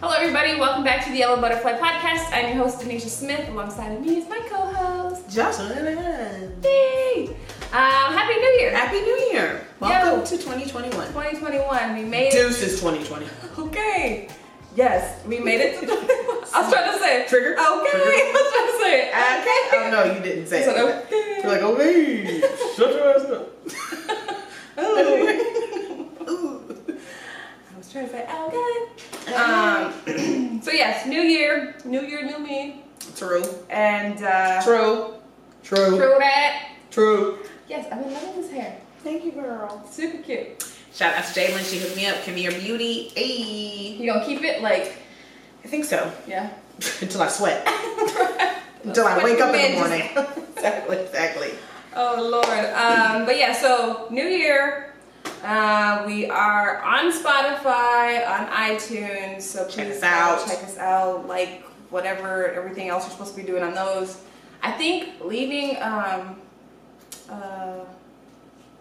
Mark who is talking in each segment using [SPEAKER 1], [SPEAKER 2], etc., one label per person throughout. [SPEAKER 1] Hello, everybody. Welcome back to the Yellow Butterfly Podcast. I'm your host, Denisha Smith. Alongside of me is my co-host,
[SPEAKER 2] Jocelyn.
[SPEAKER 1] Dee. Um, Happy New Year,
[SPEAKER 2] Happy New Year. Welcome
[SPEAKER 1] Yo.
[SPEAKER 2] to 2021.
[SPEAKER 1] 2021. We made it.
[SPEAKER 2] Deuces 2020.
[SPEAKER 1] Okay. Yes, we made it. to 2021. I was trying to say
[SPEAKER 2] Trigger?
[SPEAKER 1] Okay. I was trying to say it.
[SPEAKER 2] Okay. Oh,
[SPEAKER 1] Okay.
[SPEAKER 2] no, you didn't say
[SPEAKER 1] So,
[SPEAKER 2] it.
[SPEAKER 1] okay.
[SPEAKER 2] You're like, okay, shut your ass up.
[SPEAKER 1] Ooh. I was trying to say okay. Um, so yes, New Year, New Year, New Me,
[SPEAKER 2] True.
[SPEAKER 1] and uh,
[SPEAKER 2] True. True.
[SPEAKER 1] throw that.
[SPEAKER 2] True.
[SPEAKER 1] Yes, I've been loving this hair.
[SPEAKER 2] Thank you, girl.
[SPEAKER 1] Super cute.
[SPEAKER 2] Shout out to Jalen. She hooked me up. Come here, beauty. Ayy.
[SPEAKER 1] You gonna keep it like
[SPEAKER 2] I think so.
[SPEAKER 1] yeah.
[SPEAKER 2] Until I sweat. Until I wake up in the morning. exactly. Exactly.
[SPEAKER 1] Oh Lord. Um, but yeah, so New Year. Uh, we are on Spotify, on iTunes, so please
[SPEAKER 2] Check us out.
[SPEAKER 1] check us out, like whatever, everything else you're supposed to be doing on those. I think leaving, um, uh,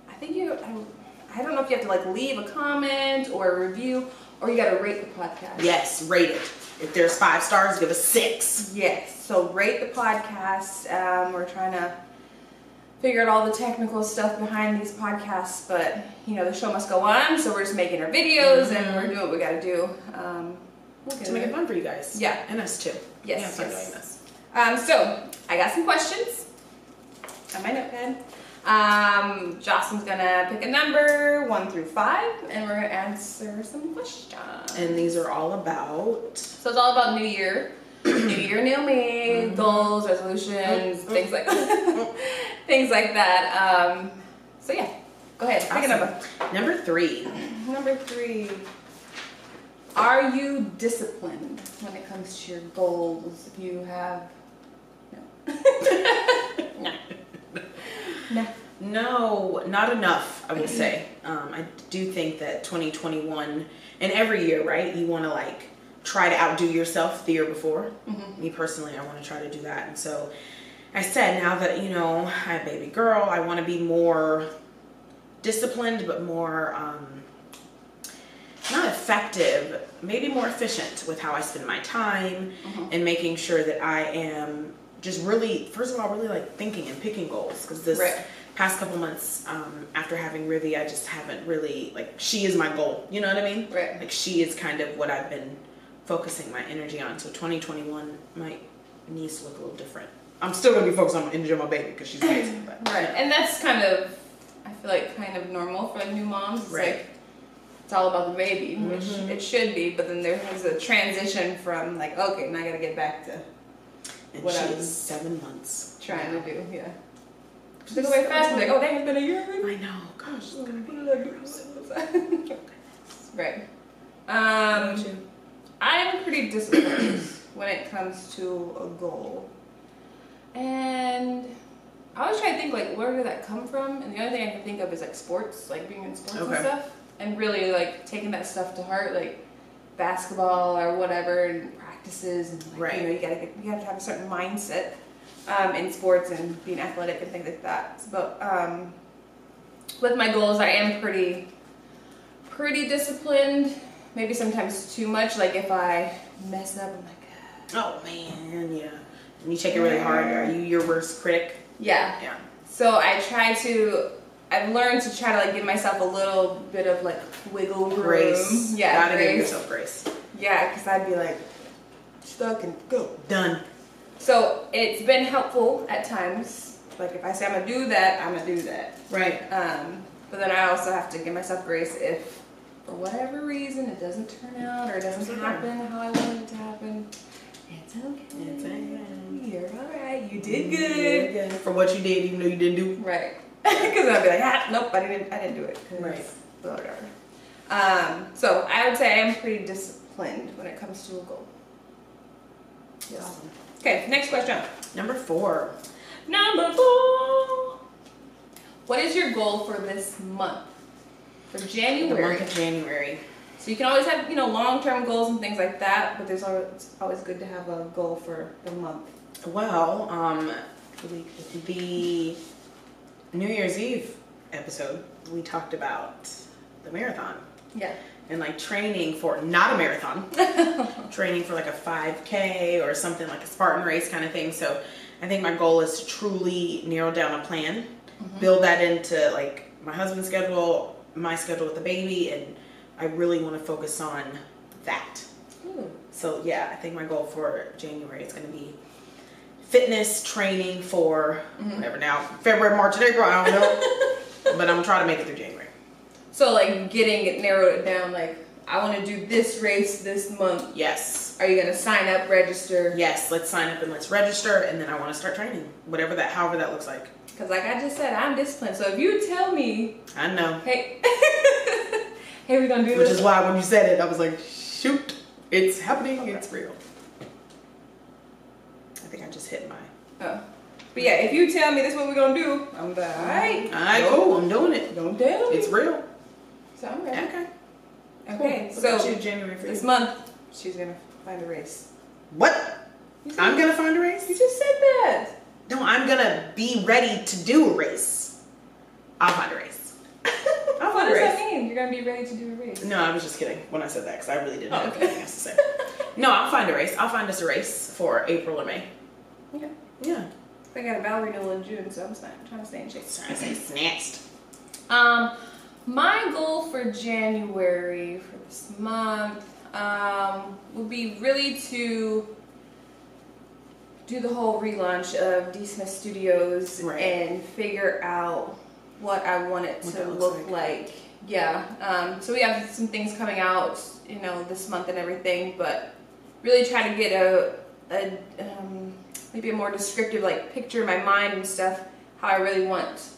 [SPEAKER 1] I think you, I, I don't know if you have to like leave a comment or a review, or you gotta rate the podcast.
[SPEAKER 2] Yes, rate it. If there's five stars, give us six.
[SPEAKER 1] Yes. So rate the podcast. Um, we're trying to figure out all the technical stuff behind these podcasts, but you know the show must go on. So we're just making our videos and we're doing what we got to do. Um, we'll get
[SPEAKER 2] Mm-hmm. To make
[SPEAKER 1] there.
[SPEAKER 2] it fun for you guys.
[SPEAKER 1] Yeah.
[SPEAKER 2] And us too.
[SPEAKER 1] Yes,
[SPEAKER 2] Yeah, fun
[SPEAKER 1] yes.
[SPEAKER 2] doing this.
[SPEAKER 1] Um, so I got some questions on my notepad. Um, Jocelyn's gonna pick a number one through five, and we're gonna answer some questions.
[SPEAKER 2] And these are all about
[SPEAKER 1] So it's all about New Year, New Year, New Me, goals, resolutions, things like things like that. Um, so yeah, go ahead, pick a number.
[SPEAKER 2] Awesome. Number three.
[SPEAKER 1] Number three. Are you disciplined when it comes to your goals? If you have no,
[SPEAKER 2] No.
[SPEAKER 1] no,
[SPEAKER 2] No, not enough, I would say. Um, I do think that 2021 and every year, right, you want to like try to outdo yourself the year before. Me personally, I want to try to do that. And so I said, now that, you know, I have a baby girl, I want to be more disciplined, but more, um, not effective, maybe more efficient with how I spend my time and making sure that I am just really, first of all, really like thinking and picking goals because this
[SPEAKER 1] Right.
[SPEAKER 2] past couple months um, after having Rivy, I just haven't really like she is my goal. You know what I mean?
[SPEAKER 1] Right.
[SPEAKER 2] Like she is kind of what I've been focusing my energy on. So 2021 might needs to look a little different. I'm still gonna be focused on energy on my baby because she's amazing. But,
[SPEAKER 1] right. And that's kind of, I feel like, kind of normal for new moms. It's
[SPEAKER 2] Right.
[SPEAKER 1] like it's all about the baby, which it should be. But then there's a transition from like, okay, now I gotta get back to
[SPEAKER 2] And
[SPEAKER 1] What
[SPEAKER 2] she
[SPEAKER 1] I'm
[SPEAKER 2] is seven months.
[SPEAKER 1] trying to do. Yeah. Because they go by fast. Like, oh, dang, it's been a year. already.
[SPEAKER 2] I know. Gosh, it's gonna be.
[SPEAKER 1] right. Um, I'm pretty disciplined when it comes to a goal. And I always try to think like where did that come from? And the only thing I can think of is like sports, like being in sports and
[SPEAKER 2] Okay.
[SPEAKER 1] stuff. And really like taking that stuff to heart, like basketball or whatever and practices and like,
[SPEAKER 2] Right.
[SPEAKER 1] you know, you gotta get, you have to have a certain mindset um, in sports and being athletic and things like that. But um, with my goals I am pretty pretty disciplined. Maybe sometimes too much. Like if I mess up, I'm like, "Ah."
[SPEAKER 2] Oh man, yeah. And you take it really hard. Are you your worst critic?
[SPEAKER 1] yeah.
[SPEAKER 2] Yeah.
[SPEAKER 1] So I try to. I've learned to try to like give myself a little bit of like wiggle room.
[SPEAKER 2] Grace.
[SPEAKER 1] Yeah.
[SPEAKER 2] Gotta give
[SPEAKER 1] grace.
[SPEAKER 2] yourself grace.
[SPEAKER 1] Yeah, because I'd be like stuck and go.
[SPEAKER 2] Done.
[SPEAKER 1] So it's been helpful at times. Like if I say I'm gonna do that, I'm gonna do that.
[SPEAKER 2] Right.
[SPEAKER 1] Um, but then I also have to give myself grace if, for whatever reason, it doesn't turn out or it doesn't
[SPEAKER 2] okay.
[SPEAKER 1] happen how I wanted it to happen. It's okay.
[SPEAKER 2] It's okay.
[SPEAKER 1] You're all right. You did good.
[SPEAKER 2] Good. For what you did, even though you didn't do.
[SPEAKER 1] Right. Because I'd be like, ah, nope, I didn't. I didn't do it. 'cause
[SPEAKER 2] Right.
[SPEAKER 1] Whatever. Um, so I would say I'm pretty disciplined when it comes to a goal. Yes.
[SPEAKER 2] Awesome.
[SPEAKER 1] Okay. Next question.
[SPEAKER 2] Number four.
[SPEAKER 1] Number four. What is your goal for this month? For
[SPEAKER 2] The
[SPEAKER 1] January.
[SPEAKER 2] month of January.
[SPEAKER 1] So you can always have, you know, long-term goals and things like that, but there's always, it's always good to have a goal for the month.
[SPEAKER 2] Well, um, the New Year's Eve episode, we talked about the marathon.
[SPEAKER 1] Yeah.
[SPEAKER 2] and like training for not a marathon, training for like a 5K or something like a Spartan race kind of thing. So I think my goal is to truly narrow down a plan, build that into like my husband's schedule, my schedule with the baby, and I really want to focus on that.
[SPEAKER 1] Ooh.
[SPEAKER 2] So yeah, I think my goal for January is going to be fitness training for whatever now February, March, and April. I don't know, but I'm gonna try to make it through January.
[SPEAKER 1] So like getting it narrowed it down, like I want to do this race this month.
[SPEAKER 2] Yes,
[SPEAKER 1] Are you gonna sign up, register?
[SPEAKER 2] yes. Let's sign up and let's register, and then I want to start training, whatever that, however that looks like.
[SPEAKER 1] Cause like I just said, I'm disciplined. So if you tell me,
[SPEAKER 2] I know,
[SPEAKER 1] hey, hey, we're gonna do
[SPEAKER 2] which
[SPEAKER 1] this.
[SPEAKER 2] is why when you said it, I was like, shoot, it's happening, it's real. I think I just hit my.
[SPEAKER 1] oh. But yeah, if you tell me this is what we're gonna do, I'm like, all right,
[SPEAKER 2] All right, cool. oh, I'm doing it.
[SPEAKER 1] don't tell me.
[SPEAKER 2] It's real.
[SPEAKER 1] so I'm ready.
[SPEAKER 2] Okay.
[SPEAKER 1] Okay,
[SPEAKER 2] Cool. What about
[SPEAKER 1] so
[SPEAKER 2] you, January for you?
[SPEAKER 1] this month she's gonna find a race.
[SPEAKER 2] What?
[SPEAKER 1] You said-
[SPEAKER 2] I'm gonna find a race.
[SPEAKER 1] You just said that.
[SPEAKER 2] No, I'm gonna be ready to do a race. I'll find a race. I'll
[SPEAKER 1] what
[SPEAKER 2] find a
[SPEAKER 1] does
[SPEAKER 2] race.
[SPEAKER 1] that mean? You're gonna be ready to do a race.
[SPEAKER 2] No, I was just kidding when I said that because I really didn't
[SPEAKER 1] Oh,
[SPEAKER 2] have
[SPEAKER 1] okay.
[SPEAKER 2] anything else to say. No, I'll find a race. I'll find us a race for April or May.
[SPEAKER 1] Okay.
[SPEAKER 2] Yeah.
[SPEAKER 1] I got a bowel renewal in June, so I'm s- I'm trying to stay in shape.
[SPEAKER 2] Sorry, I say snatched.
[SPEAKER 1] Um, my goal for January for this month um, would be really to do the whole relaunch of D Smith Studios
[SPEAKER 2] Right.
[SPEAKER 1] and figure out what I want it
[SPEAKER 2] What
[SPEAKER 1] to
[SPEAKER 2] that looks
[SPEAKER 1] look like. Yeah. Um, so we have some things coming out, you know, this month and everything, but really try to get a, a um, maybe a more descriptive like picture in my mind and stuff how I really want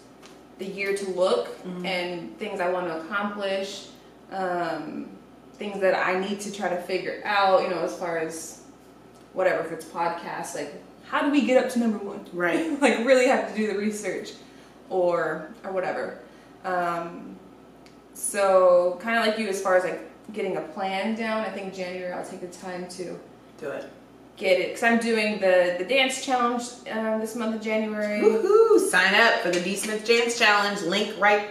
[SPEAKER 1] the year to look
[SPEAKER 2] Mm-hmm.
[SPEAKER 1] and things I want to accomplish, um, things that I need to try to figure out, you know, as far as whatever, if it's podcasts, like how do we get up to number one?
[SPEAKER 2] Right.
[SPEAKER 1] like really have to do the research or or whatever. Um, so kind of like you as far as like getting a plan down, I think January I'll take the time to
[SPEAKER 2] Do it.
[SPEAKER 1] get it because I'm doing the the dance challenge um, this month of January.
[SPEAKER 2] Woohoo! Sign up for the D Smith Jans Challenge. Link right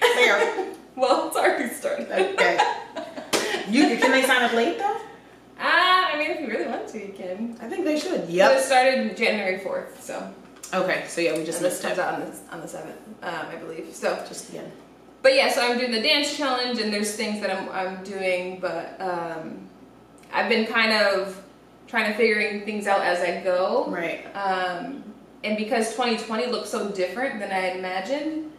[SPEAKER 2] there.
[SPEAKER 1] Well, it's already started.
[SPEAKER 2] okay. You can they sign up late though?
[SPEAKER 1] Ah, I mean, if you really want to, you can.
[SPEAKER 2] I think they should.
[SPEAKER 1] It started January 4th, so.
[SPEAKER 2] Okay. So yeah, we just
[SPEAKER 1] and this
[SPEAKER 2] missed
[SPEAKER 1] comes
[SPEAKER 2] it.
[SPEAKER 1] out on the, on the 7th, um, I believe. So,
[SPEAKER 2] Just again.
[SPEAKER 1] but yeah, so I'm doing the dance challenge, and there's things that I'm, I'm doing, but um, I've been kind of trying to figuring things out as I go.
[SPEAKER 2] Right.
[SPEAKER 1] Um, and because 2020 looked so different than I imagined,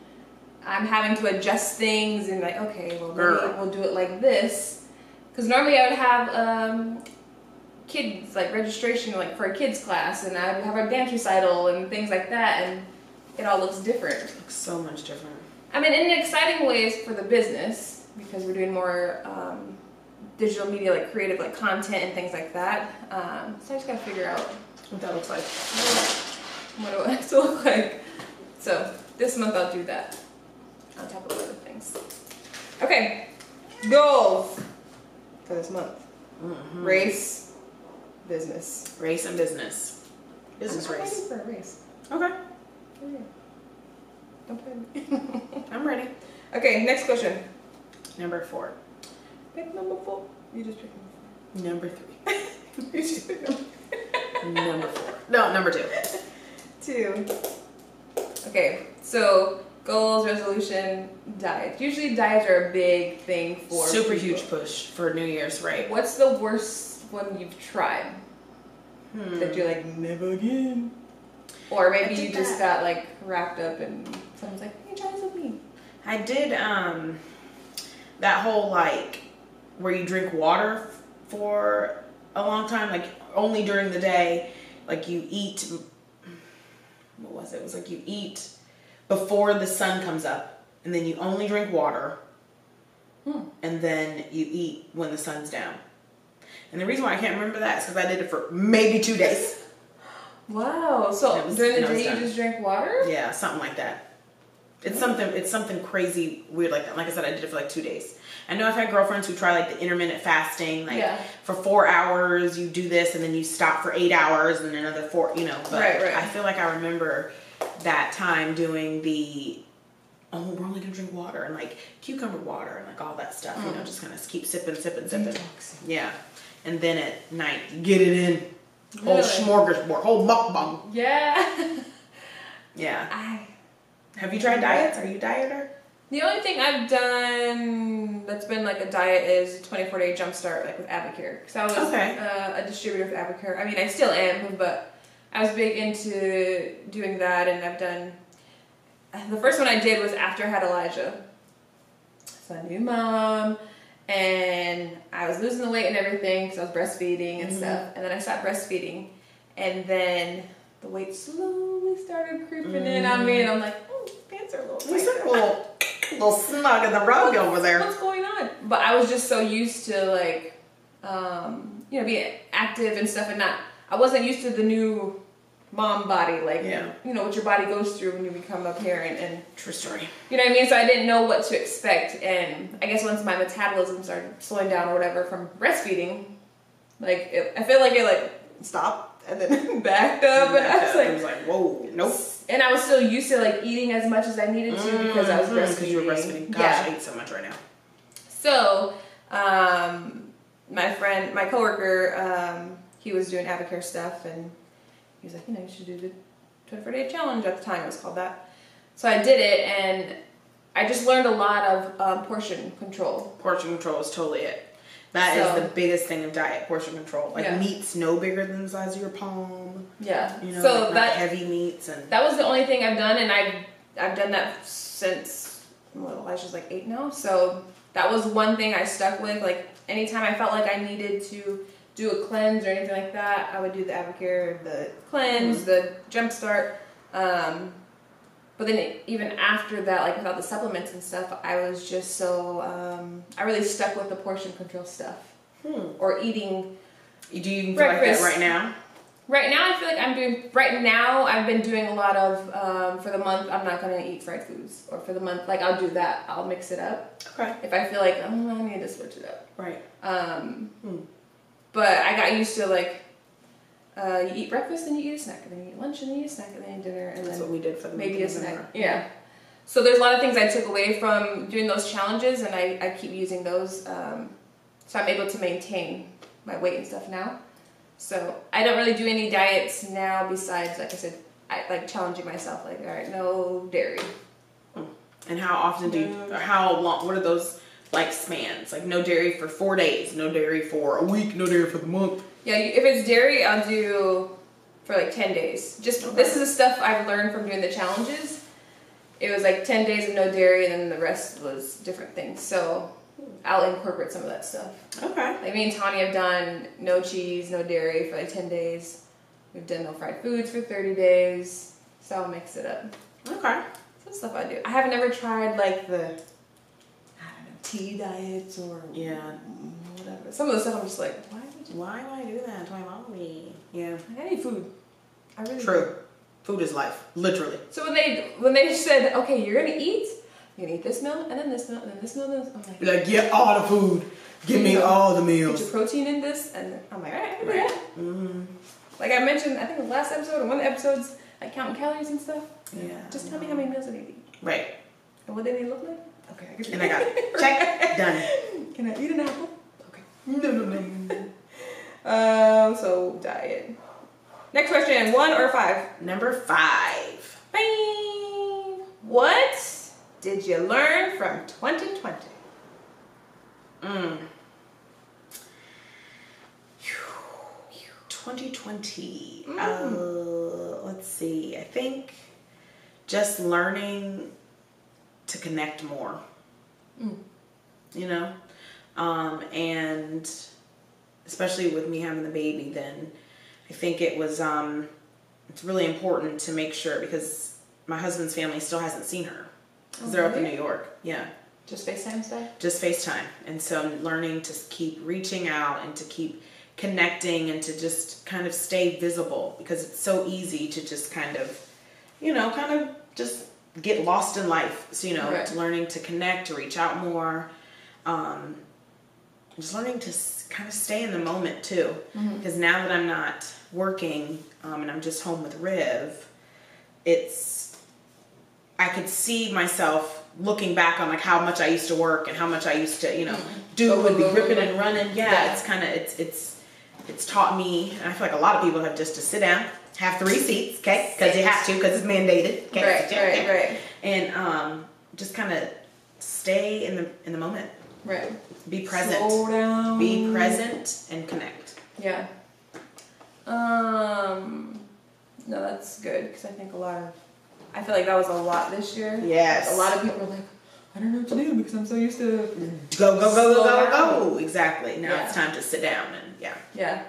[SPEAKER 1] I'm having to adjust things and like, okay, well,
[SPEAKER 2] Girl.
[SPEAKER 1] maybe we'll do it like this. Because normally I would have um, kids like registration like for a kids class, and I would have a dance recital and things like that, and it all looks different.
[SPEAKER 2] Looks so much different.
[SPEAKER 1] I mean, in exciting ways for the business because we're doing more um, digital media, like creative, like content and things like that. Um, so I just gotta figure out
[SPEAKER 2] What that looks like.
[SPEAKER 1] what do I have to look like? So this month I'll do that on top of other things. Okay, goals for this month:
[SPEAKER 2] Mhm.
[SPEAKER 1] race, business.
[SPEAKER 2] Race and business. Business
[SPEAKER 1] I'm- I'm
[SPEAKER 2] race.
[SPEAKER 1] ready for a race.
[SPEAKER 2] Okay,
[SPEAKER 1] I'm ready. Don't play me.
[SPEAKER 2] I'm ready.
[SPEAKER 1] okay, next question.
[SPEAKER 2] Number four.
[SPEAKER 1] Pick number four. You just pick number
[SPEAKER 2] Number three.
[SPEAKER 1] four. You just pick number
[SPEAKER 2] number four. No, number two.
[SPEAKER 1] two. Okay, so goals, resolution, diet. Usually diets are a big thing for
[SPEAKER 2] Super
[SPEAKER 1] people.
[SPEAKER 2] huge push for New Year's, right?
[SPEAKER 1] What's the worst one you've tried
[SPEAKER 2] Hmm.
[SPEAKER 1] that you're like never again? Or
[SPEAKER 2] I
[SPEAKER 1] maybe
[SPEAKER 2] did
[SPEAKER 1] you just got like wrapped up and someone's like, "Hey, try this with me."
[SPEAKER 2] I did um that whole like where you drink water f- for a long time, like only during the day, like you eat. What was it? It was like you eat before the sun comes up, and then you only drink water, and then you eat when the sun's down. And the reason why I can't remember that is because I did it for maybe two days.
[SPEAKER 1] Wow. So
[SPEAKER 2] That was-
[SPEAKER 1] during the
[SPEAKER 2] that was
[SPEAKER 1] day you
[SPEAKER 2] done.
[SPEAKER 1] just drink water?
[SPEAKER 2] Yeah, something like that. It's something. It's something crazy weird like that. Like I said, I did it for like two days. I know I've had girlfriends who try like the intermittent fasting, like
[SPEAKER 1] Yeah.
[SPEAKER 2] for four hours you do this and then you stop for eight hours and another four. You know, but
[SPEAKER 1] Right, right.
[SPEAKER 2] I feel like I remember that time doing the oh, we're only gonna drink water and like cucumber water and like all that stuff. You
[SPEAKER 1] Mm.
[SPEAKER 2] know, just kind of keep sipping, sipping, sipping. Yeah, and then at night you get it in whole
[SPEAKER 1] Really?
[SPEAKER 2] smorgasbord, whole mukbang.
[SPEAKER 1] Yeah.
[SPEAKER 2] Yeah.
[SPEAKER 1] I.
[SPEAKER 2] Have you tried diets? Are you a dieter?
[SPEAKER 1] The only thing I've done that's been like a diet is 24 day jumpstart like with Avocare because I was
[SPEAKER 2] Okay.
[SPEAKER 1] uh, a distributor with Avocare. I mean, I still am, but I was big into doing that, and I've done. The first one I did was after I had Elijah. So I knew mom, and I was losing the weight and everything because I was breastfeeding and stuff, and then I stopped breastfeeding, and then the weight slowly started creeping in on me, and I'm like, oh, pants are a little.
[SPEAKER 2] What's
[SPEAKER 1] tight."
[SPEAKER 2] that little little snug in the rug over there?
[SPEAKER 1] What's going on? But I was just so used to like, um, you know, being active and stuff, and not. I wasn't used to the new mom body, like
[SPEAKER 2] Yeah.
[SPEAKER 1] you know what your body goes through when you become a parent, and
[SPEAKER 2] True story.
[SPEAKER 1] you know what I mean. So I didn't know what to expect, and I guess once my metabolism started slowing down or whatever from breastfeeding, like it, I feel like it like stopped and then backed up, and Uh, I was like,
[SPEAKER 2] I was like, whoa, nope.
[SPEAKER 1] and I was still used to like eating as much as I needed to because I was
[SPEAKER 2] Mhm,
[SPEAKER 1] breastfeeding.
[SPEAKER 2] you were breastfeeding. Gosh,
[SPEAKER 1] Yeah.
[SPEAKER 2] I eat so much right now.
[SPEAKER 1] So, um, my friend, my coworker, um, he was doing Avocare stuff, and he was like, you know, you should do the 24 day challenge. At the time, it was called that. So I did it, and I just learned a lot of um, portion control.
[SPEAKER 2] Portion control is totally it. That is
[SPEAKER 1] So-
[SPEAKER 2] the biggest thing of diet portion control. Like
[SPEAKER 1] Yeah.
[SPEAKER 2] meats no bigger than the size of your palm.
[SPEAKER 1] Yeah.
[SPEAKER 2] You know,
[SPEAKER 1] so
[SPEAKER 2] like not
[SPEAKER 1] that
[SPEAKER 2] heavy meats and
[SPEAKER 1] that was the only thing I've done, and I've I've done that since well, I was just like eight now. So that was one thing I stuck with. Like anytime I felt like I needed to do a cleanse or anything like that, I would do the Avocare, the cleanse, the jump start. Um, but then even after that, like without the supplements and stuff, I was just so um, I really stuck with the portion control stuff
[SPEAKER 2] hmm.
[SPEAKER 1] or eating
[SPEAKER 2] Do you feel
[SPEAKER 1] Breakfast.
[SPEAKER 2] like that right now?
[SPEAKER 1] Right now, I feel like I'm doing. Right now, I've been doing a lot of. Um, for the month, I'm not gonna eat fried foods. Or for the month, like I'll do that. I'll mix it up
[SPEAKER 2] Okay.
[SPEAKER 1] if I feel like oh, I need to switch it up.
[SPEAKER 2] Right.
[SPEAKER 1] Um,
[SPEAKER 2] Hmm.
[SPEAKER 1] But I got used to like. Uh, you eat breakfast, then you eat a snack, and then you eat lunch, and then you eat a snack, and then you eat dinner, and
[SPEAKER 2] That's
[SPEAKER 1] then
[SPEAKER 2] what we did for the
[SPEAKER 1] maybe
[SPEAKER 2] week
[SPEAKER 1] a
[SPEAKER 2] in
[SPEAKER 1] snack.
[SPEAKER 2] November.
[SPEAKER 1] Yeah. So there's a lot of things I took away from doing those challenges, and I, I keep using those. Um, so I'm able to maintain my weight and stuff now. So I don't really do any diets now besides, like I said, I like challenging myself. Like, all right, no dairy.
[SPEAKER 2] And how often do you?
[SPEAKER 1] No.
[SPEAKER 2] Or how long? What are those like spans? Like no dairy for four days, no dairy for a week, no dairy for the month.
[SPEAKER 1] Yeah, you, if it's dairy, I'll do for like 10 days. Just this is the stuff I've learned from doing the challenges. It was like 10 days of no dairy, and then the rest was different things. So I'll incorporate some of that stuff.
[SPEAKER 2] Okay.
[SPEAKER 1] Like me and Tani have done no cheese, no dairy for like 10 days. We've done no fried foods for 30 days. So I'll mix it up.
[SPEAKER 2] Okay.
[SPEAKER 1] Some stuff I do. I have never tried like the I don't know, tea diets or
[SPEAKER 2] Yeah.
[SPEAKER 1] whatever. Some of the stuff I'm just like, why would you
[SPEAKER 2] Why do I do that to my mommy? Yeah.
[SPEAKER 1] like, I need food. I really do.
[SPEAKER 2] True. Food is life, literally.
[SPEAKER 1] So when they when they said, okay, you're gonna eat, you're gonna eat this meal and then this meal and then this meal and then this I'm
[SPEAKER 2] Be
[SPEAKER 1] like,
[SPEAKER 2] like, get all the food. Give me all the
[SPEAKER 1] put your
[SPEAKER 2] meals.
[SPEAKER 1] protein in this and I'm like, alright,
[SPEAKER 2] Right.
[SPEAKER 1] yeah.
[SPEAKER 2] Mm-hmm.
[SPEAKER 1] Like I mentioned, I think it was last episode or one of the episodes, like counting calories and stuff.
[SPEAKER 2] Yeah.
[SPEAKER 1] Just tell me how many meals I need to eat.
[SPEAKER 2] Right.
[SPEAKER 1] And what do they look like? Okay, I can
[SPEAKER 2] And I got it. Check. Done.
[SPEAKER 1] Can I eat an apple? Okay.
[SPEAKER 2] No, no, no.
[SPEAKER 1] Um, so diet. Next question, one or five?
[SPEAKER 2] Number five.
[SPEAKER 1] Five. What did you learn from 2020?
[SPEAKER 2] Mm. 2020. Uh, let's see. I think just learning to connect more. You know? Um, and especially with me having the baby, then I think it was, um, it's really important to make sure because my husband's family still hasn't seen her. Because they're up in
[SPEAKER 1] Okay.
[SPEAKER 2] New York. Yeah
[SPEAKER 1] Just FaceTime stuff?
[SPEAKER 2] just FaceTime. And so learning to keep reaching out and to keep connecting and to just kind of stay visible because it's so easy to just kind of, you know, kind of just get lost in life. So, you know,
[SPEAKER 1] Right.
[SPEAKER 2] it's learning to connect, to reach out more. Um, just learning to s- kind of stay in the moment too.
[SPEAKER 1] Mm-hmm.
[SPEAKER 2] Because now that I'm not working um, and I'm just home with Riv, it's I could see myself looking back on like how much I used to work and how much I used to, you know,
[SPEAKER 1] Mm-hmm.
[SPEAKER 2] do and be ripping and running. Yeah,
[SPEAKER 1] Yeah.
[SPEAKER 2] it's kind of it's it's it's taught me, and I feel like a lot of people have just to sit down, have three seats, okay, because you have to, because it's mandated. Okay,
[SPEAKER 1] Right, right, right,
[SPEAKER 2] And um, just kind of stay in the in the moment,
[SPEAKER 1] right.
[SPEAKER 2] be present,
[SPEAKER 1] Slow down.
[SPEAKER 2] be present, and connect.
[SPEAKER 1] Yeah. Um. No, that's good because I think a lot of. I feel like that was a lot this year.
[SPEAKER 2] Yes,
[SPEAKER 1] A lot of people are like, I don't know what to do because I'm so used to.
[SPEAKER 2] go go go go
[SPEAKER 1] Slow
[SPEAKER 2] go
[SPEAKER 1] down.
[SPEAKER 2] go. Exactly. Now
[SPEAKER 1] Yeah.
[SPEAKER 2] it's time to sit down and yeah,
[SPEAKER 1] Yeah.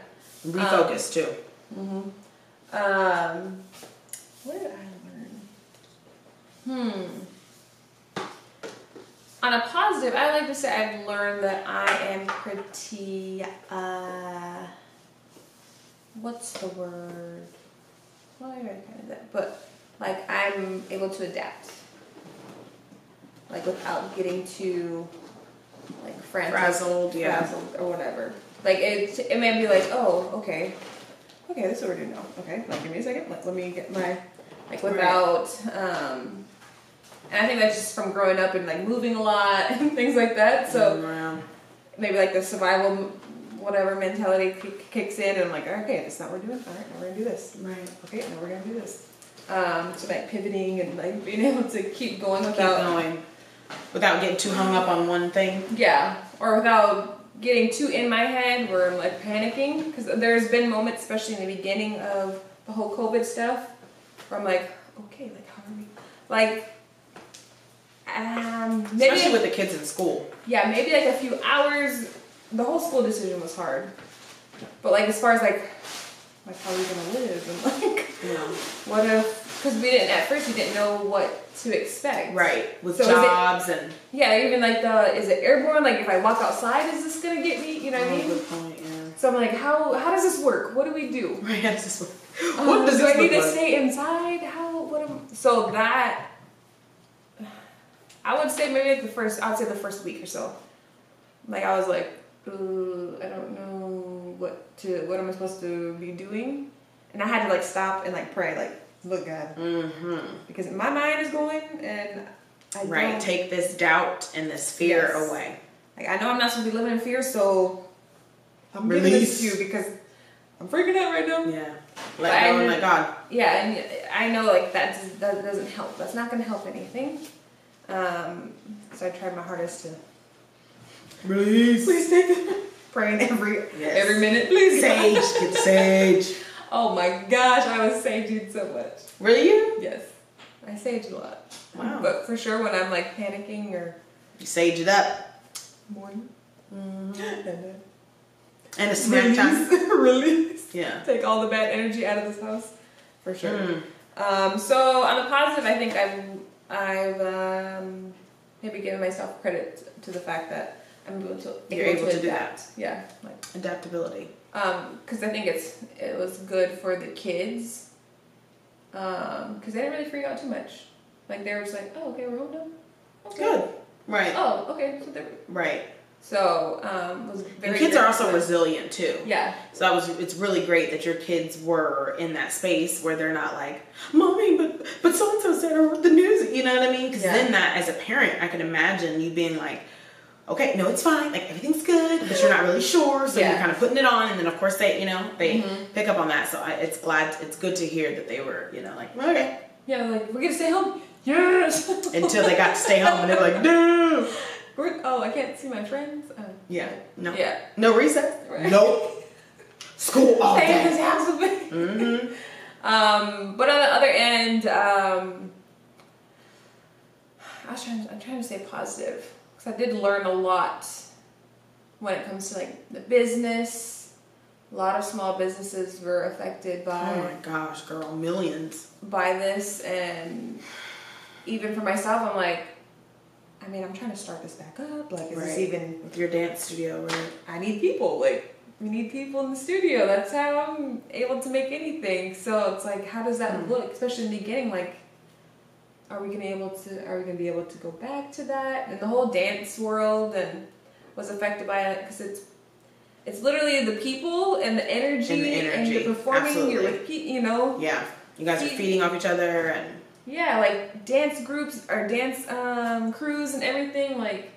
[SPEAKER 2] refocus too.
[SPEAKER 1] Um. What did I learn? Hmm. On a positive, I like to say I've learned that I am pretty. Uh, what's the word? Well, I already kind of that, but like I'm able to adapt, like without getting too like frantic,
[SPEAKER 2] Frazzled, yeah.
[SPEAKER 1] frazzled or whatever. Like it, it may be like, oh, okay, okay, this is what we're doing now. Okay, like give me a second. Like let me get my like without. Um, and I think that's just from growing up and like moving a lot and things like that. So
[SPEAKER 2] Around. Mm-hmm.
[SPEAKER 1] maybe like the survival whatever mentality kick- kicks in and I'm like okay if it's not what we're doing all right now we're gonna do this
[SPEAKER 2] right.
[SPEAKER 1] okay now we're gonna do this um, so like pivoting and like being able to keep going
[SPEAKER 2] keep
[SPEAKER 1] without
[SPEAKER 2] going without getting too hung up on one thing.
[SPEAKER 1] yeah or without getting too in my head where I'm like panicking because there's been moments especially in the beginning of the whole COVID stuff where I'm like okay like how are we like um maybe
[SPEAKER 2] Especially with the kids in school.
[SPEAKER 1] yeah, maybe like a few hours. The whole school decision was hard, but like as far as like, like how are we gonna live and like
[SPEAKER 2] You know.
[SPEAKER 1] what if? Because we didn't at first we didn't know what to expect.
[SPEAKER 2] Right. With
[SPEAKER 1] So is it-
[SPEAKER 2] jobs and
[SPEAKER 1] Yeah, even like the is it airborne? Like if I walk outside, is this gonna get me? You know what I
[SPEAKER 2] Oh,
[SPEAKER 1] mean?
[SPEAKER 2] good point, yeah.
[SPEAKER 1] So I'm like, how how does this work? What do we do?
[SPEAKER 2] Right, that's just what,
[SPEAKER 1] Um,
[SPEAKER 2] what does
[SPEAKER 1] do
[SPEAKER 2] this
[SPEAKER 1] I need
[SPEAKER 2] look
[SPEAKER 1] to
[SPEAKER 2] like?
[SPEAKER 1] stay inside? How what am so that? I would say maybe like the first. I'd say the first week or so. Like I was like, Ooh, I don't know what to what am I supposed to be doing, and I had to like stop and like pray like look God
[SPEAKER 2] Mm-hmm.
[SPEAKER 1] because my mind is going and I
[SPEAKER 2] Right.
[SPEAKER 1] don't-
[SPEAKER 2] Take this doubt and this fear
[SPEAKER 1] Yes.
[SPEAKER 2] away.
[SPEAKER 1] like I know I'm not supposed to be living in fear, so I'm giving this
[SPEAKER 2] Release.
[SPEAKER 1] to you because I'm freaking out right now.
[SPEAKER 2] Yeah. Let
[SPEAKER 1] I-
[SPEAKER 2] go and let God.
[SPEAKER 1] yeah, and I know like that, does, that doesn't help. That's not going to help anything. Um, so I tried my hardest to
[SPEAKER 2] Release.
[SPEAKER 1] please take it. praying every
[SPEAKER 2] Yes.
[SPEAKER 1] every minute. Please
[SPEAKER 2] Sage. Get sage.
[SPEAKER 1] Oh my gosh, I was saging so much.
[SPEAKER 2] Were you?
[SPEAKER 1] Yes, I sage a lot.
[SPEAKER 2] Wow.
[SPEAKER 1] But for sure, when I'm like panicking or
[SPEAKER 2] You sage it up.
[SPEAKER 1] morning,
[SPEAKER 2] Mm-hmm.
[SPEAKER 1] and then
[SPEAKER 2] And a snack time.
[SPEAKER 1] release,
[SPEAKER 2] Yeah.
[SPEAKER 1] take all the bad energy out of this house, for sure.
[SPEAKER 2] Mm.
[SPEAKER 1] Um, so on the positive, I think I've I've um, maybe given myself credit to the fact that I'm able to
[SPEAKER 2] You're able to do
[SPEAKER 1] Yeah, like
[SPEAKER 2] Adaptability.
[SPEAKER 1] because I think it's it was good for the kids because they didn't really freak out too much. Like they were just like, oh okay, we're home now. Okay.
[SPEAKER 2] Good. Right.
[SPEAKER 1] Oh okay, so they were-
[SPEAKER 2] Right.
[SPEAKER 1] so um, it was very.
[SPEAKER 2] And kids are also
[SPEAKER 1] different.
[SPEAKER 2] resilient too.
[SPEAKER 1] Yeah,
[SPEAKER 2] So that was it's really great that your kids were in that space where they're not like, Mommy, but but so and so said or the news you know what I mean? Because
[SPEAKER 1] Yeah.
[SPEAKER 2] then that as a parent I can imagine you being like, Okay, no, it's fine, like everything's good, but you're not really sure, so
[SPEAKER 1] Yeah.
[SPEAKER 2] you're kind of putting it on and then of course they you know, they
[SPEAKER 1] Mhm.
[SPEAKER 2] pick up on that. So I, it's glad it's good to hear that they were, you know, like, okay.
[SPEAKER 1] yeah. Like we're gonna stay home. Yes.
[SPEAKER 2] Until they got to stay home and they were like, No
[SPEAKER 1] We're- oh, I can't see my friends. Oh.
[SPEAKER 2] Yeah. No
[SPEAKER 1] Yeah.
[SPEAKER 2] No recess.
[SPEAKER 1] Right.
[SPEAKER 2] Nope. School all
[SPEAKER 1] Stay in
[SPEAKER 2] day.
[SPEAKER 1] this house with me.
[SPEAKER 2] Mm-hmm.
[SPEAKER 1] Um, but on the other end, um, I was trying. I'm trying to stay positive because I did learn a lot when it comes to like the business. A lot of small businesses were affected by
[SPEAKER 2] Oh my gosh, girl, millions.
[SPEAKER 1] by this, and even for myself, I'm like, I mean, I'm trying to start this back up. Like, is this
[SPEAKER 2] Right.
[SPEAKER 1] even?
[SPEAKER 2] with your dance studio right
[SPEAKER 1] I need people. Like, we need people in the studio. That's how I'm able to make anything. So it's like, how does that
[SPEAKER 2] Hmm.
[SPEAKER 1] look? Especially in the beginning, like, are we gonna able to? Are we gonna be able to go back to that? And the whole dance world and was affected by it because it's it's literally the people and the energy
[SPEAKER 2] And the energy,
[SPEAKER 1] you're performing. You're
[SPEAKER 2] absolutely.
[SPEAKER 1] with people, you know.
[SPEAKER 2] yeah you guys are feeding off each other and
[SPEAKER 1] Yeah, like dance groups or dance um, crews and everything, like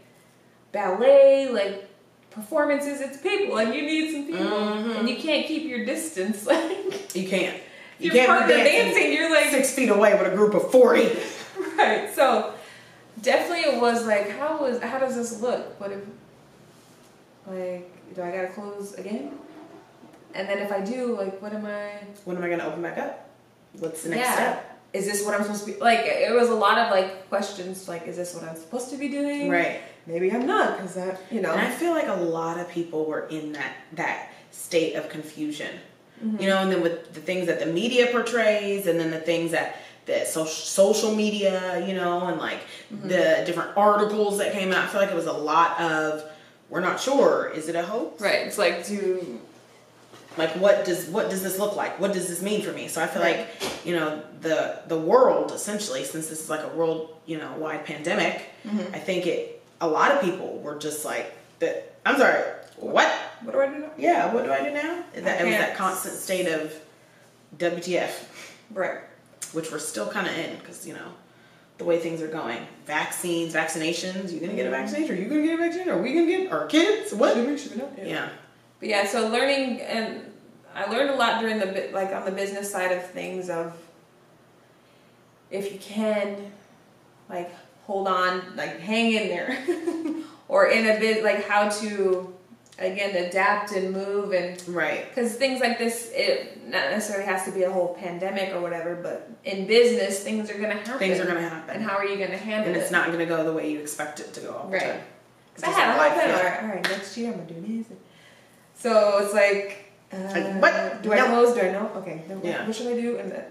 [SPEAKER 1] ballet, like performances. It's people, like you need some people,
[SPEAKER 2] Mhm.
[SPEAKER 1] and you can't keep your distance. Like
[SPEAKER 2] You can't. You
[SPEAKER 1] your
[SPEAKER 2] can't be
[SPEAKER 1] partner
[SPEAKER 2] dancing,
[SPEAKER 1] dancing, you're like
[SPEAKER 2] six feet away with a group of forty.
[SPEAKER 1] right. So definitely, it was like, how is how does this look? What if like do I gotta close again? And then if I do, like, what am I?
[SPEAKER 2] When am I gonna open back up? What's the next
[SPEAKER 1] Yeah.
[SPEAKER 2] step?
[SPEAKER 1] Is this what I'm supposed to be? Like, it was a lot of like questions. Like, is this what I'm supposed to be doing?
[SPEAKER 2] Right.
[SPEAKER 1] Maybe I'm not, cause that you know.
[SPEAKER 2] And I feel like a lot of people were in that that state of confusion. You know, and then with the things that the media portrays and then the things that the social, social media, you know, and like the different articles that came out, I feel like it was a lot of we're not sure. Is it a hoax?
[SPEAKER 1] Right. It's like to
[SPEAKER 2] like what does what does this look like what does this mean for me so i feel
[SPEAKER 1] Right.
[SPEAKER 2] like you know the the world essentially since this is like a world you know wide pandemic
[SPEAKER 1] Mm-hmm.
[SPEAKER 2] i think it a lot of people were just like that i'm sorry what
[SPEAKER 1] what do I do now?
[SPEAKER 2] yeah what do i do now that it was
[SPEAKER 1] can't-
[SPEAKER 2] that constant state of wtf
[SPEAKER 1] Right.
[SPEAKER 2] which we're still kind of in because you know the way things are going vaccines vaccinations you gonna get a vaccine are you gonna get a vaccine are we gonna get our kids what yeah
[SPEAKER 1] But yeah, so learning and I learned a lot during the bu- like on the business side of things of if you can like hold on, like hang in there, or in a bit like how to again adapt and move and
[SPEAKER 2] right
[SPEAKER 1] because things like this it not necessarily has to be a whole pandemic or whatever but in business things are gonna happen
[SPEAKER 2] things are gonna happen
[SPEAKER 1] and how are you gonna handle
[SPEAKER 2] and
[SPEAKER 1] it
[SPEAKER 2] it's not going to go the way you expect it to go all the
[SPEAKER 1] Right.
[SPEAKER 2] time.
[SPEAKER 1] Cause I had a whole plan. All right, all right, next year I'm gonna do this. So it's like, uh,
[SPEAKER 2] Like, what?
[SPEAKER 1] Do
[SPEAKER 2] No.
[SPEAKER 1] I close? Do I know? Okay, then what-
[SPEAKER 2] Yeah.
[SPEAKER 1] what should I do? And then,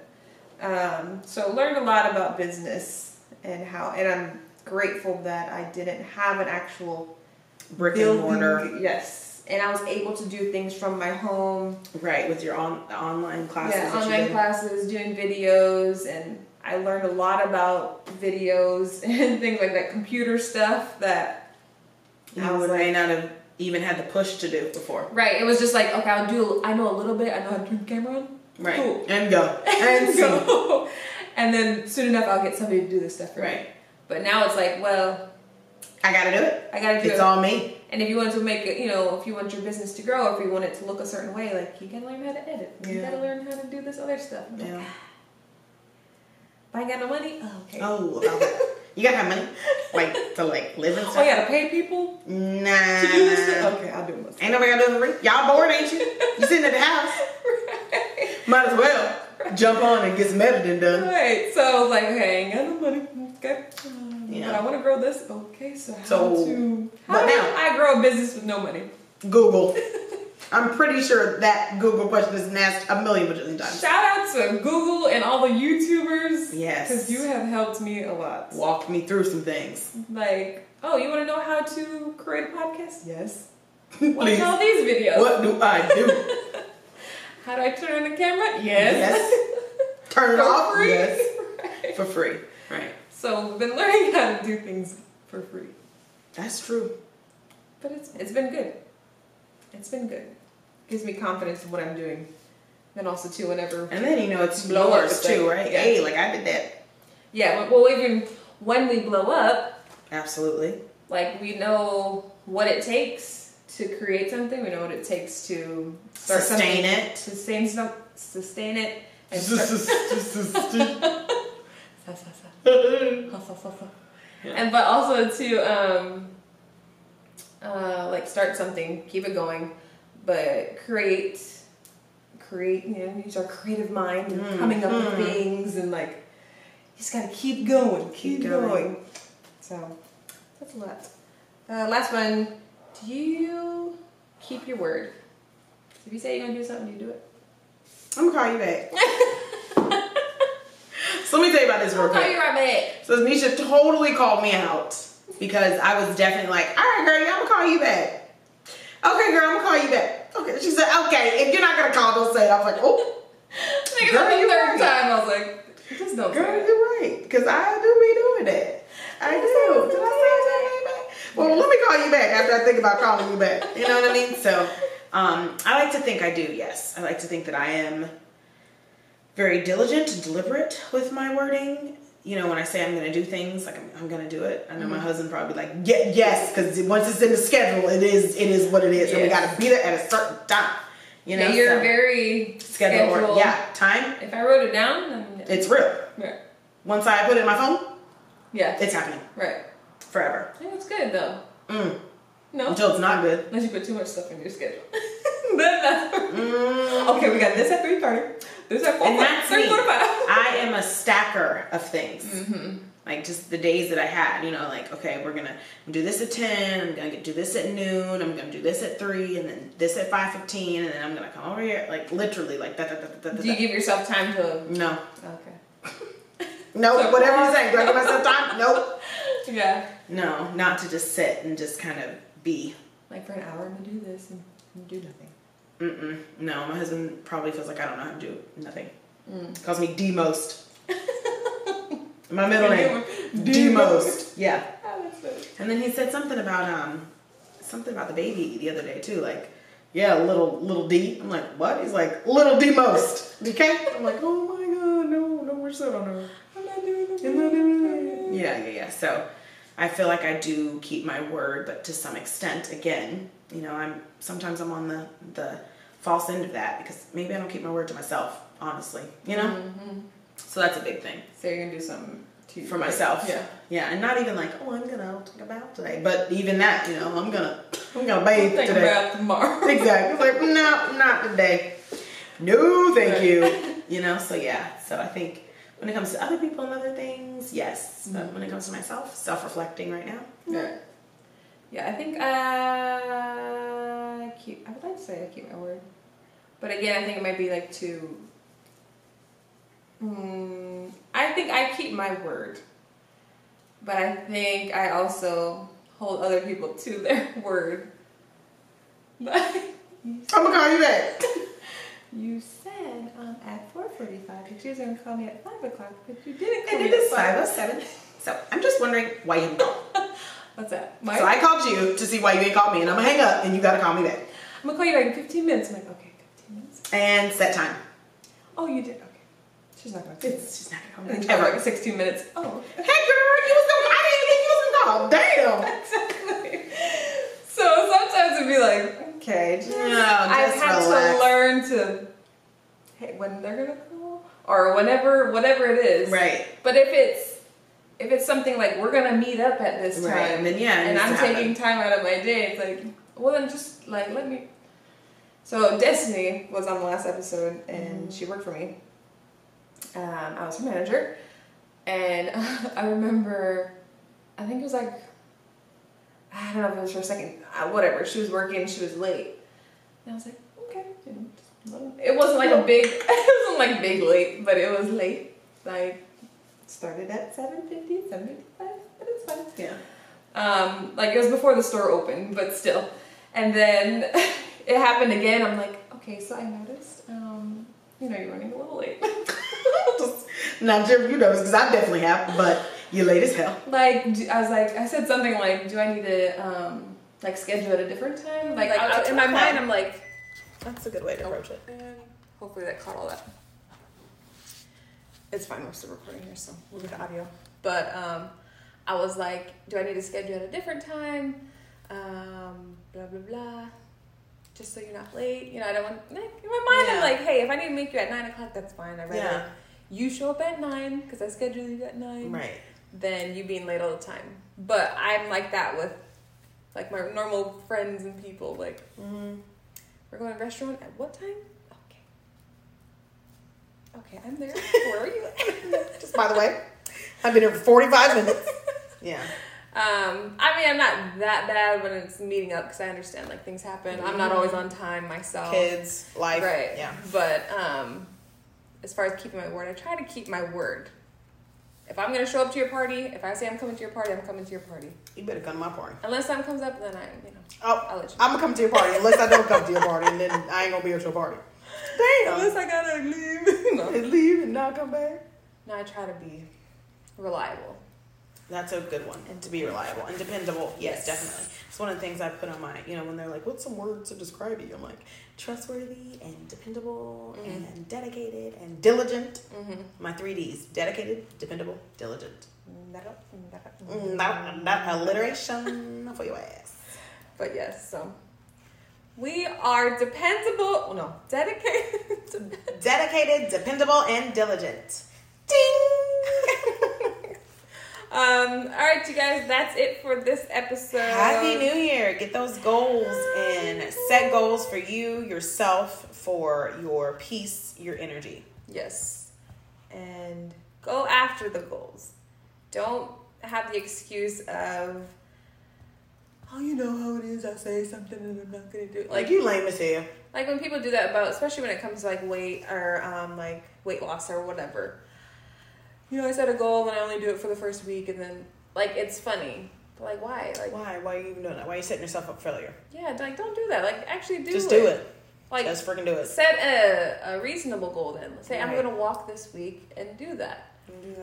[SPEAKER 1] um, so learned a lot about business and how, and I'm grateful that I didn't have an actual
[SPEAKER 2] brick and mortar,
[SPEAKER 1] building. Yes, and I was able to do things from my home.
[SPEAKER 2] right? With your on the online classes,
[SPEAKER 1] yeah,
[SPEAKER 2] that you
[SPEAKER 1] online
[SPEAKER 2] did.
[SPEAKER 1] classes, doing videos, and I learned a lot about videos and things like that, computer stuff that. I
[SPEAKER 2] you
[SPEAKER 1] was
[SPEAKER 2] would
[SPEAKER 1] like-
[SPEAKER 2] may not have even had the push to do before,
[SPEAKER 1] Right. It was just like, okay, I'll do. I know a little bit. I know how to turn the camera on.
[SPEAKER 2] right?
[SPEAKER 1] Cool.
[SPEAKER 2] And go and go,
[SPEAKER 1] so, and then soon enough, I'll get somebody to do this stuff for me.
[SPEAKER 2] right?
[SPEAKER 1] But now it's like, well,
[SPEAKER 2] I got to do it.
[SPEAKER 1] I gotta do
[SPEAKER 2] It's
[SPEAKER 1] it.
[SPEAKER 2] all me,
[SPEAKER 1] and if you want to make it, you know, if you want your business to grow, or if you want it to look a certain way, like you gotta learn how to edit. You
[SPEAKER 2] Yeah.
[SPEAKER 1] gotta learn how to do this other stuff. I'm like,
[SPEAKER 2] Yeah.
[SPEAKER 1] If I ain't got no money, oh, okay. Oh,
[SPEAKER 2] Oh, about that. you gotta have money, like to like live and stuff.
[SPEAKER 1] you gotta pay people
[SPEAKER 2] Nah,
[SPEAKER 1] Oh, to do this. Stuff? Okay, I'll do it myself.
[SPEAKER 2] ain't nobody gonna do it for free. Y'all bored, ain't you? You sitting at the house, might as well jump on and get some editing done.
[SPEAKER 1] Right, so I was like, okay, I ain't got no money. Okay, um, but
[SPEAKER 2] Yeah.
[SPEAKER 1] I want to grow this. Okay, so how
[SPEAKER 2] So,
[SPEAKER 1] to how
[SPEAKER 2] what
[SPEAKER 1] do
[SPEAKER 2] now?
[SPEAKER 1] I grow a business with no money?
[SPEAKER 2] Google. I'm pretty sure that Google question is asked a million bajillion times.
[SPEAKER 1] Shout out to Google and all the YouTubers.
[SPEAKER 2] Yes.
[SPEAKER 1] Because you have helped me a lot.
[SPEAKER 2] Walk me through some things.
[SPEAKER 1] Like, oh, you want to know how to create a podcast? Yes. Watch
[SPEAKER 2] Please.
[SPEAKER 1] all these videos.
[SPEAKER 2] What do I do?
[SPEAKER 1] How do I turn on the camera? Yes.
[SPEAKER 2] Turn it
[SPEAKER 1] For
[SPEAKER 2] off?
[SPEAKER 1] free.
[SPEAKER 2] Yes.
[SPEAKER 1] Right.
[SPEAKER 2] For free. Right.
[SPEAKER 1] So we've been learning how to do things for free.
[SPEAKER 2] That's true.
[SPEAKER 1] But it's it's been good. It's been good. Gives me confidence in what I'm doing. Then also too, whenever
[SPEAKER 2] And then you know it's
[SPEAKER 1] Blow up
[SPEAKER 2] yours
[SPEAKER 1] the
[SPEAKER 2] too,
[SPEAKER 1] thing.
[SPEAKER 2] right?
[SPEAKER 1] Yeah.
[SPEAKER 2] Hey, like I did that.
[SPEAKER 1] yeah, well even when we blow up,
[SPEAKER 2] Absolutely.
[SPEAKER 1] like we know what it takes to create something. We know what it takes to start
[SPEAKER 2] Sustain
[SPEAKER 1] something,
[SPEAKER 2] it.
[SPEAKER 1] sustain some, sustain it, and start,
[SPEAKER 2] yeah.
[SPEAKER 1] Sa, sa, sa. Ha, sa, sa, sa. and but also to um, uh, like start something, keep it going, but create, create. You know, use our creative mind and
[SPEAKER 2] Mm,
[SPEAKER 1] coming up
[SPEAKER 2] mm.
[SPEAKER 1] with things and like you just gotta keep going, keep,
[SPEAKER 2] Keep
[SPEAKER 1] going.
[SPEAKER 2] going.
[SPEAKER 1] So that's a lot. Uh, last one. Do you keep your word? If you say you're gonna do something, you do it.
[SPEAKER 2] I'm gonna call you back. so let me tell you about this real
[SPEAKER 1] I'll call
[SPEAKER 2] quick.
[SPEAKER 1] you right back.
[SPEAKER 2] So Nisha totally called me out because I was definitely like, all right, girl, yeah, I'm gonna call you back. Okay, girl, I'm gonna call you back. Okay, she said, okay, if you're not gonna call, don't say it. I was like, oh,
[SPEAKER 1] I think
[SPEAKER 2] Girl,
[SPEAKER 1] it's the
[SPEAKER 2] you
[SPEAKER 1] third
[SPEAKER 2] right.
[SPEAKER 1] time I was like, just don't
[SPEAKER 2] girl,
[SPEAKER 1] say it.
[SPEAKER 2] you're right, because I do be doing that. I do. Did I say that back? Well, let me call you back after I think about calling you back. You know what I mean? So, um, I like to think I do. Yes, I like to think that I am very diligent and deliberate with my wording you know, when I say I'm going to do things, like I'm, I'm going to do it. I know
[SPEAKER 1] Mm-hmm.
[SPEAKER 2] my husband probably like, yeah, yes, because once it's in the schedule, it is it is what it is, and we
[SPEAKER 1] Yes.
[SPEAKER 2] got to be there at a certain time. You know,
[SPEAKER 1] Yeah, you're
[SPEAKER 2] so
[SPEAKER 1] very
[SPEAKER 2] schedule
[SPEAKER 1] scheduled.
[SPEAKER 2] or- yeah, time.
[SPEAKER 1] If I wrote it down, then
[SPEAKER 2] It's real.
[SPEAKER 1] right.
[SPEAKER 2] Once I put it in my phone,
[SPEAKER 1] Yeah.
[SPEAKER 2] it's happening
[SPEAKER 1] right.
[SPEAKER 2] forever.
[SPEAKER 1] I think it's good though.
[SPEAKER 2] Mm.
[SPEAKER 1] No.
[SPEAKER 2] Until it's not good.
[SPEAKER 1] Unless you put too much stuff in your schedule. then that's
[SPEAKER 2] Mm.
[SPEAKER 1] okay. We got this at three thirty. This at four. Mm-hmm.
[SPEAKER 2] And that's
[SPEAKER 1] three
[SPEAKER 2] me.
[SPEAKER 1] forty-five.
[SPEAKER 2] I am a stacker of things. Like just the days that I had, you know, like okay, we're gonna do this at ten. I'm gonna get, do this at noon. I'm gonna do this at three, and then this at five fifteen, and then I'm gonna come over here. Like literally, like that. that, that, that,
[SPEAKER 1] Do you give yourself time to?
[SPEAKER 2] no,
[SPEAKER 1] Okay.
[SPEAKER 2] no,
[SPEAKER 1] So-
[SPEAKER 2] whatever you say. Do I give myself time? Nope.
[SPEAKER 1] Yeah.
[SPEAKER 2] No, not to just sit and just kind of be.
[SPEAKER 1] Like for an hour, I'm gonna do this and do nothing.
[SPEAKER 2] Mm-mm. No, my husband probably feels like I don't know how to do nothing. Calls me D most. my middle name. D most. Yeah.
[SPEAKER 1] Oh, that's good.
[SPEAKER 2] And then he said something about um something about the baby the other day too, like yeah, little little D. I'm like, what? He's like, little D most. Okay? I'm like, oh my god, no, no, we're so on her.
[SPEAKER 1] I'm not doing it.
[SPEAKER 2] Yeah, yeah, yeah. So I feel like I do keep my word, but to some extent, again, you know, I'm sometimes I'm on the the false end of that because maybe I don't keep my word to myself, honestly. You know? So that's a big thing
[SPEAKER 1] Mm-hmm. So you're gonna do something to
[SPEAKER 2] for myself.
[SPEAKER 1] Yeah.
[SPEAKER 2] Yeah, and not even like, oh, I'm gonna think about today, but even that, you know, I'm gonna, I'm gonna bathe
[SPEAKER 1] Think
[SPEAKER 2] today.
[SPEAKER 1] about tomorrow.
[SPEAKER 2] Exactly. It's like, no, not today. No, thank you. You know, so yeah. So I think when it comes to other people and other things, yes. But when it comes to myself, self-reflecting right now,
[SPEAKER 1] Yeah. Yeah, I think uh, I keep. I would like to say I keep my word, but again, I think it might be like too. Hmm, I think I keep my word, but I think I also hold other people to their word. Like you
[SPEAKER 2] I'm gonna call you back.
[SPEAKER 1] you said um, at four forty-five that you was gonna call me at five o'clock, but you didn't. Call
[SPEAKER 2] And
[SPEAKER 1] me
[SPEAKER 2] it
[SPEAKER 1] at
[SPEAKER 2] is
[SPEAKER 1] five.
[SPEAKER 2] 5:07. So I'm just wondering why you.
[SPEAKER 1] What's that? Mike?
[SPEAKER 2] So I called you to see why you ain't called me, and I'm gonna hang up, and you gotta call me back
[SPEAKER 1] I'm gonna call you back in fifteen minutes. I'm like, okay, fifteen minutes.
[SPEAKER 2] and set time.
[SPEAKER 1] Oh, you did. Okay. She's not going to.
[SPEAKER 2] It's she's not gonna call me
[SPEAKER 1] And
[SPEAKER 2] back,
[SPEAKER 1] then
[SPEAKER 2] ever.
[SPEAKER 1] like 16 minutes. Oh,
[SPEAKER 2] Hey girl, you was gonna. I didn't think you was gonna call. Damn.
[SPEAKER 1] exactly. So sometimes it'd be like, okay, just,
[SPEAKER 2] No,
[SPEAKER 1] I've
[SPEAKER 2] just
[SPEAKER 1] had
[SPEAKER 2] relax.
[SPEAKER 1] to learn to, hey, when they're gonna call or whenever, whatever it is.
[SPEAKER 2] Right.
[SPEAKER 1] But if it's if it's something like we're gonna meet up at this time,
[SPEAKER 2] Right. And then yeah, it
[SPEAKER 1] and
[SPEAKER 2] needs
[SPEAKER 1] I'm
[SPEAKER 2] to happen.
[SPEAKER 1] taking time out of my day, it's like, well, then just like let me. So Destiny was on the last episode, and she worked for me. Um, I was her manager, and I remember, I think it was like, I don't know if it was her second, uh, whatever. She was working, she was late, and I was like, okay. you know, just let 'em- It wasn't like a big, it wasn't like big late, but it was late. Like started at 7.50, 7.55, but it's fine.
[SPEAKER 2] Yeah.
[SPEAKER 1] Um, like it was before the store opened, but still. And then it happened again. I'm like, okay, so I noticed, um, you know, you're running a little late.
[SPEAKER 2] Now, Jim, you know this because I definitely have, but you're late as hell.
[SPEAKER 1] like, do- I was like, I said something like, do I need to, um, like schedule at a different time? Like, I- in my mind, I'm like,
[SPEAKER 2] That's a good way to approach it.
[SPEAKER 1] Oh, and hopefully that caught all that. It's fine, we're still recording here, so we'll get audio. But um, I was like, do I need to schedule at a different time? Um, blah blah blah. Just so you're not late. You know, I don't want. Like, in my mind, I'm
[SPEAKER 2] Yeah.
[SPEAKER 1] like, hey, if I need to meet you at nine o'clock, that's fine. I rather
[SPEAKER 2] Yeah.
[SPEAKER 1] you show up at nine because I scheduled you at nine
[SPEAKER 2] Right.
[SPEAKER 1] than you being late all the time. But I'm like that with like my normal friends and people. Like,
[SPEAKER 2] Mm-hmm.
[SPEAKER 1] we're going to a restaurant at what time? Okay. Okay, I'm there. Where are you?
[SPEAKER 2] Just by the way, I've been here for 45 minutes. Yeah.
[SPEAKER 1] um, I mean, I'm not that bad when it's meeting up because I understand like things happen. I'm not always on time
[SPEAKER 2] Oh.
[SPEAKER 1] myself.
[SPEAKER 2] Kids, life.
[SPEAKER 1] Right.
[SPEAKER 2] Yeah.
[SPEAKER 1] But um, as far as keeping my word, I try to keep my word. If I'm gonna show up to your party, if I say I'm coming to your party, I'm coming to your party.
[SPEAKER 2] You better come to my party.
[SPEAKER 1] Unless something comes up, then I, you know,
[SPEAKER 2] Oh,
[SPEAKER 1] I'll let you.
[SPEAKER 2] I'm going to come to your party unless I don't come to your party, and then I ain't going to be here at your party. Damn.
[SPEAKER 1] Unless I gotta leave. no.
[SPEAKER 2] Just leave and not come back.
[SPEAKER 1] no, I try to be reliable.
[SPEAKER 2] That's a good one and to be reliable and dependable. Yes,
[SPEAKER 1] Yes.
[SPEAKER 2] definitely. It's one of the things I put on my, you know, when they're like, what's some words to describe you? I'm like, trustworthy and dependable and and dedicated and diligent.
[SPEAKER 1] Mm-hmm.
[SPEAKER 2] My three D's dedicated, dependable, diligent.
[SPEAKER 1] Mm,
[SPEAKER 2] Not, not alliteration for your ass.
[SPEAKER 1] But yes, so we are dependable. Oh no, dedicated. to-
[SPEAKER 2] Dedicated, dependable, and diligent.
[SPEAKER 1] Ding. um. All right, you guys. That's it for this episode.
[SPEAKER 2] Happy New Year. Get those goals and set goals for you, yourself, for your peace, your energy.
[SPEAKER 1] Yes. And go after the goals. Don't have the excuse of, oh, you know how it is. I say something and I'm not gonna do it. Like,
[SPEAKER 2] Like you lame as hell.
[SPEAKER 1] like when people do that about, especially when it comes to like weight or um, like weight loss or whatever. You know, I set a goal and I only do it for the first week, and then like it's funny, but like why? Like
[SPEAKER 2] Why? Why are you even doing that? Why are you setting yourself up for failure?
[SPEAKER 1] yeah, like don't do that. Like actually do
[SPEAKER 2] Just
[SPEAKER 1] it.
[SPEAKER 2] do it.
[SPEAKER 1] Like
[SPEAKER 2] Just freaking do it.
[SPEAKER 1] set a, a reasonable goal then. Say I'm
[SPEAKER 2] Right.
[SPEAKER 1] gonna walk this week and do that.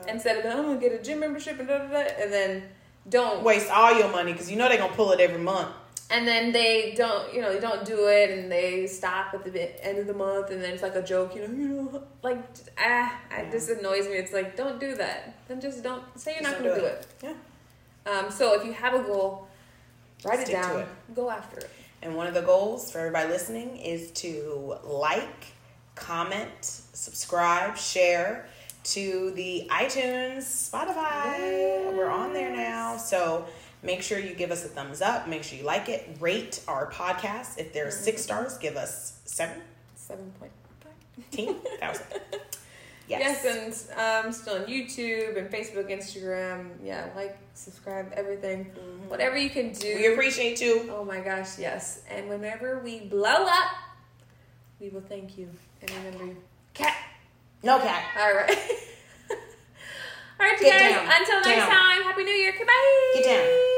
[SPEAKER 1] instead of "Oh, I'm gonna get a gym membership and da da da, and then don't.
[SPEAKER 2] Waste all your money because you know they're gonna pull it every month.
[SPEAKER 1] And then they don't, you know, they don't do it, and they stop at the bit- end of the month, and then it's like a joke, you know, you know, like ah, it just annoys me. It's like don't do that. Then just don't say you're
[SPEAKER 2] Just
[SPEAKER 1] not gonna
[SPEAKER 2] don't
[SPEAKER 1] do
[SPEAKER 2] do
[SPEAKER 1] it.
[SPEAKER 2] Yeah.
[SPEAKER 1] Um. So if you have a goal, write it
[SPEAKER 2] Stick to
[SPEAKER 1] down. Go after it.
[SPEAKER 2] And one of the goals for everybody listening is to like, comment, subscribe, share to the iTunes, Spotify. We're on there now. So make sure you give us a thumbs up. Make sure you like it. Rate our podcast. If there are six
[SPEAKER 1] Mm-hmm.
[SPEAKER 2] stars, give us
[SPEAKER 1] Seven point five.
[SPEAKER 2] 17,000. Yes.
[SPEAKER 1] Yes, and um, still on YouTube and Facebook, Instagram. Yeah, like, subscribe, everything, whatever you can do.
[SPEAKER 2] Mm-hmm. we appreciate you.
[SPEAKER 1] Oh my gosh, yes. And whenever we blow up, we will thank you and remember you. Cat.
[SPEAKER 2] No cat.
[SPEAKER 1] All right. All right, you
[SPEAKER 2] Get
[SPEAKER 1] guys.
[SPEAKER 2] down.
[SPEAKER 1] Until next
[SPEAKER 2] Down.
[SPEAKER 1] time, Happy New Year. Goodbye.
[SPEAKER 2] Get down.